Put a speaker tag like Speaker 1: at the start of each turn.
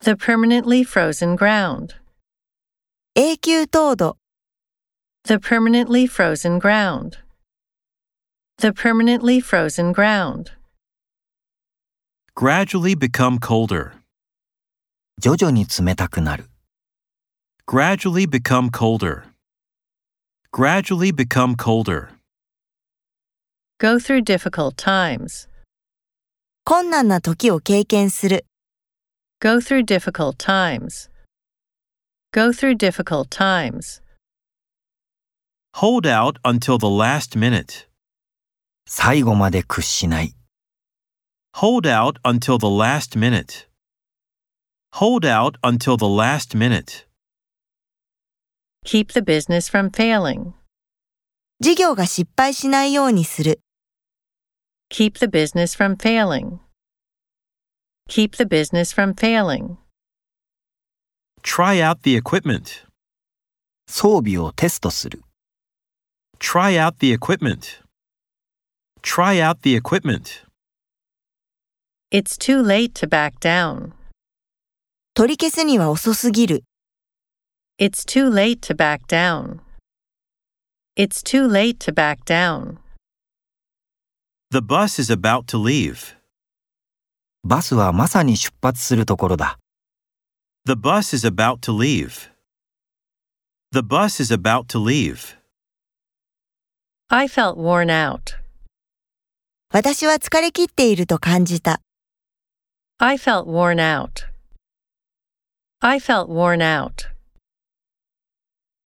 Speaker 1: The permanently frozen ground.
Speaker 2: 永久凍土、
Speaker 1: The permanently frozen ground. The permanently frozen ground.
Speaker 3: Gradually become colder.
Speaker 4: 徐々に冷たくなる。
Speaker 3: Gradually become colder. Gradually become colder.
Speaker 1: Go through difficult times.
Speaker 2: 困難な時を経験する、
Speaker 1: Go through difficult times. Go through difficult times.
Speaker 3: Hold out until the last minute.
Speaker 4: 最後まで屈しない。
Speaker 3: Hold out until the last minute. Hold out until the last minute.
Speaker 1: Keep the business from failing.
Speaker 2: 事業が失敗しないようにする、
Speaker 1: Keep the business from failing. Keep the business from failing.
Speaker 3: Try out the equipment.
Speaker 4: 装備をテストする。
Speaker 3: Try out the equipment. Try out the equipment.
Speaker 1: It's too late to back down.
Speaker 2: 取り消すには遅すぎる、
Speaker 1: It's too late to back down. It's too late to back down.
Speaker 3: The bus is about to leave.
Speaker 4: バスはまさに出発するところだ。
Speaker 3: The bus is about to leave. The bus is about to leave.
Speaker 1: I felt worn out.
Speaker 2: 私は疲れ切っていると感じた、
Speaker 1: I felt worn out. I felt worn out.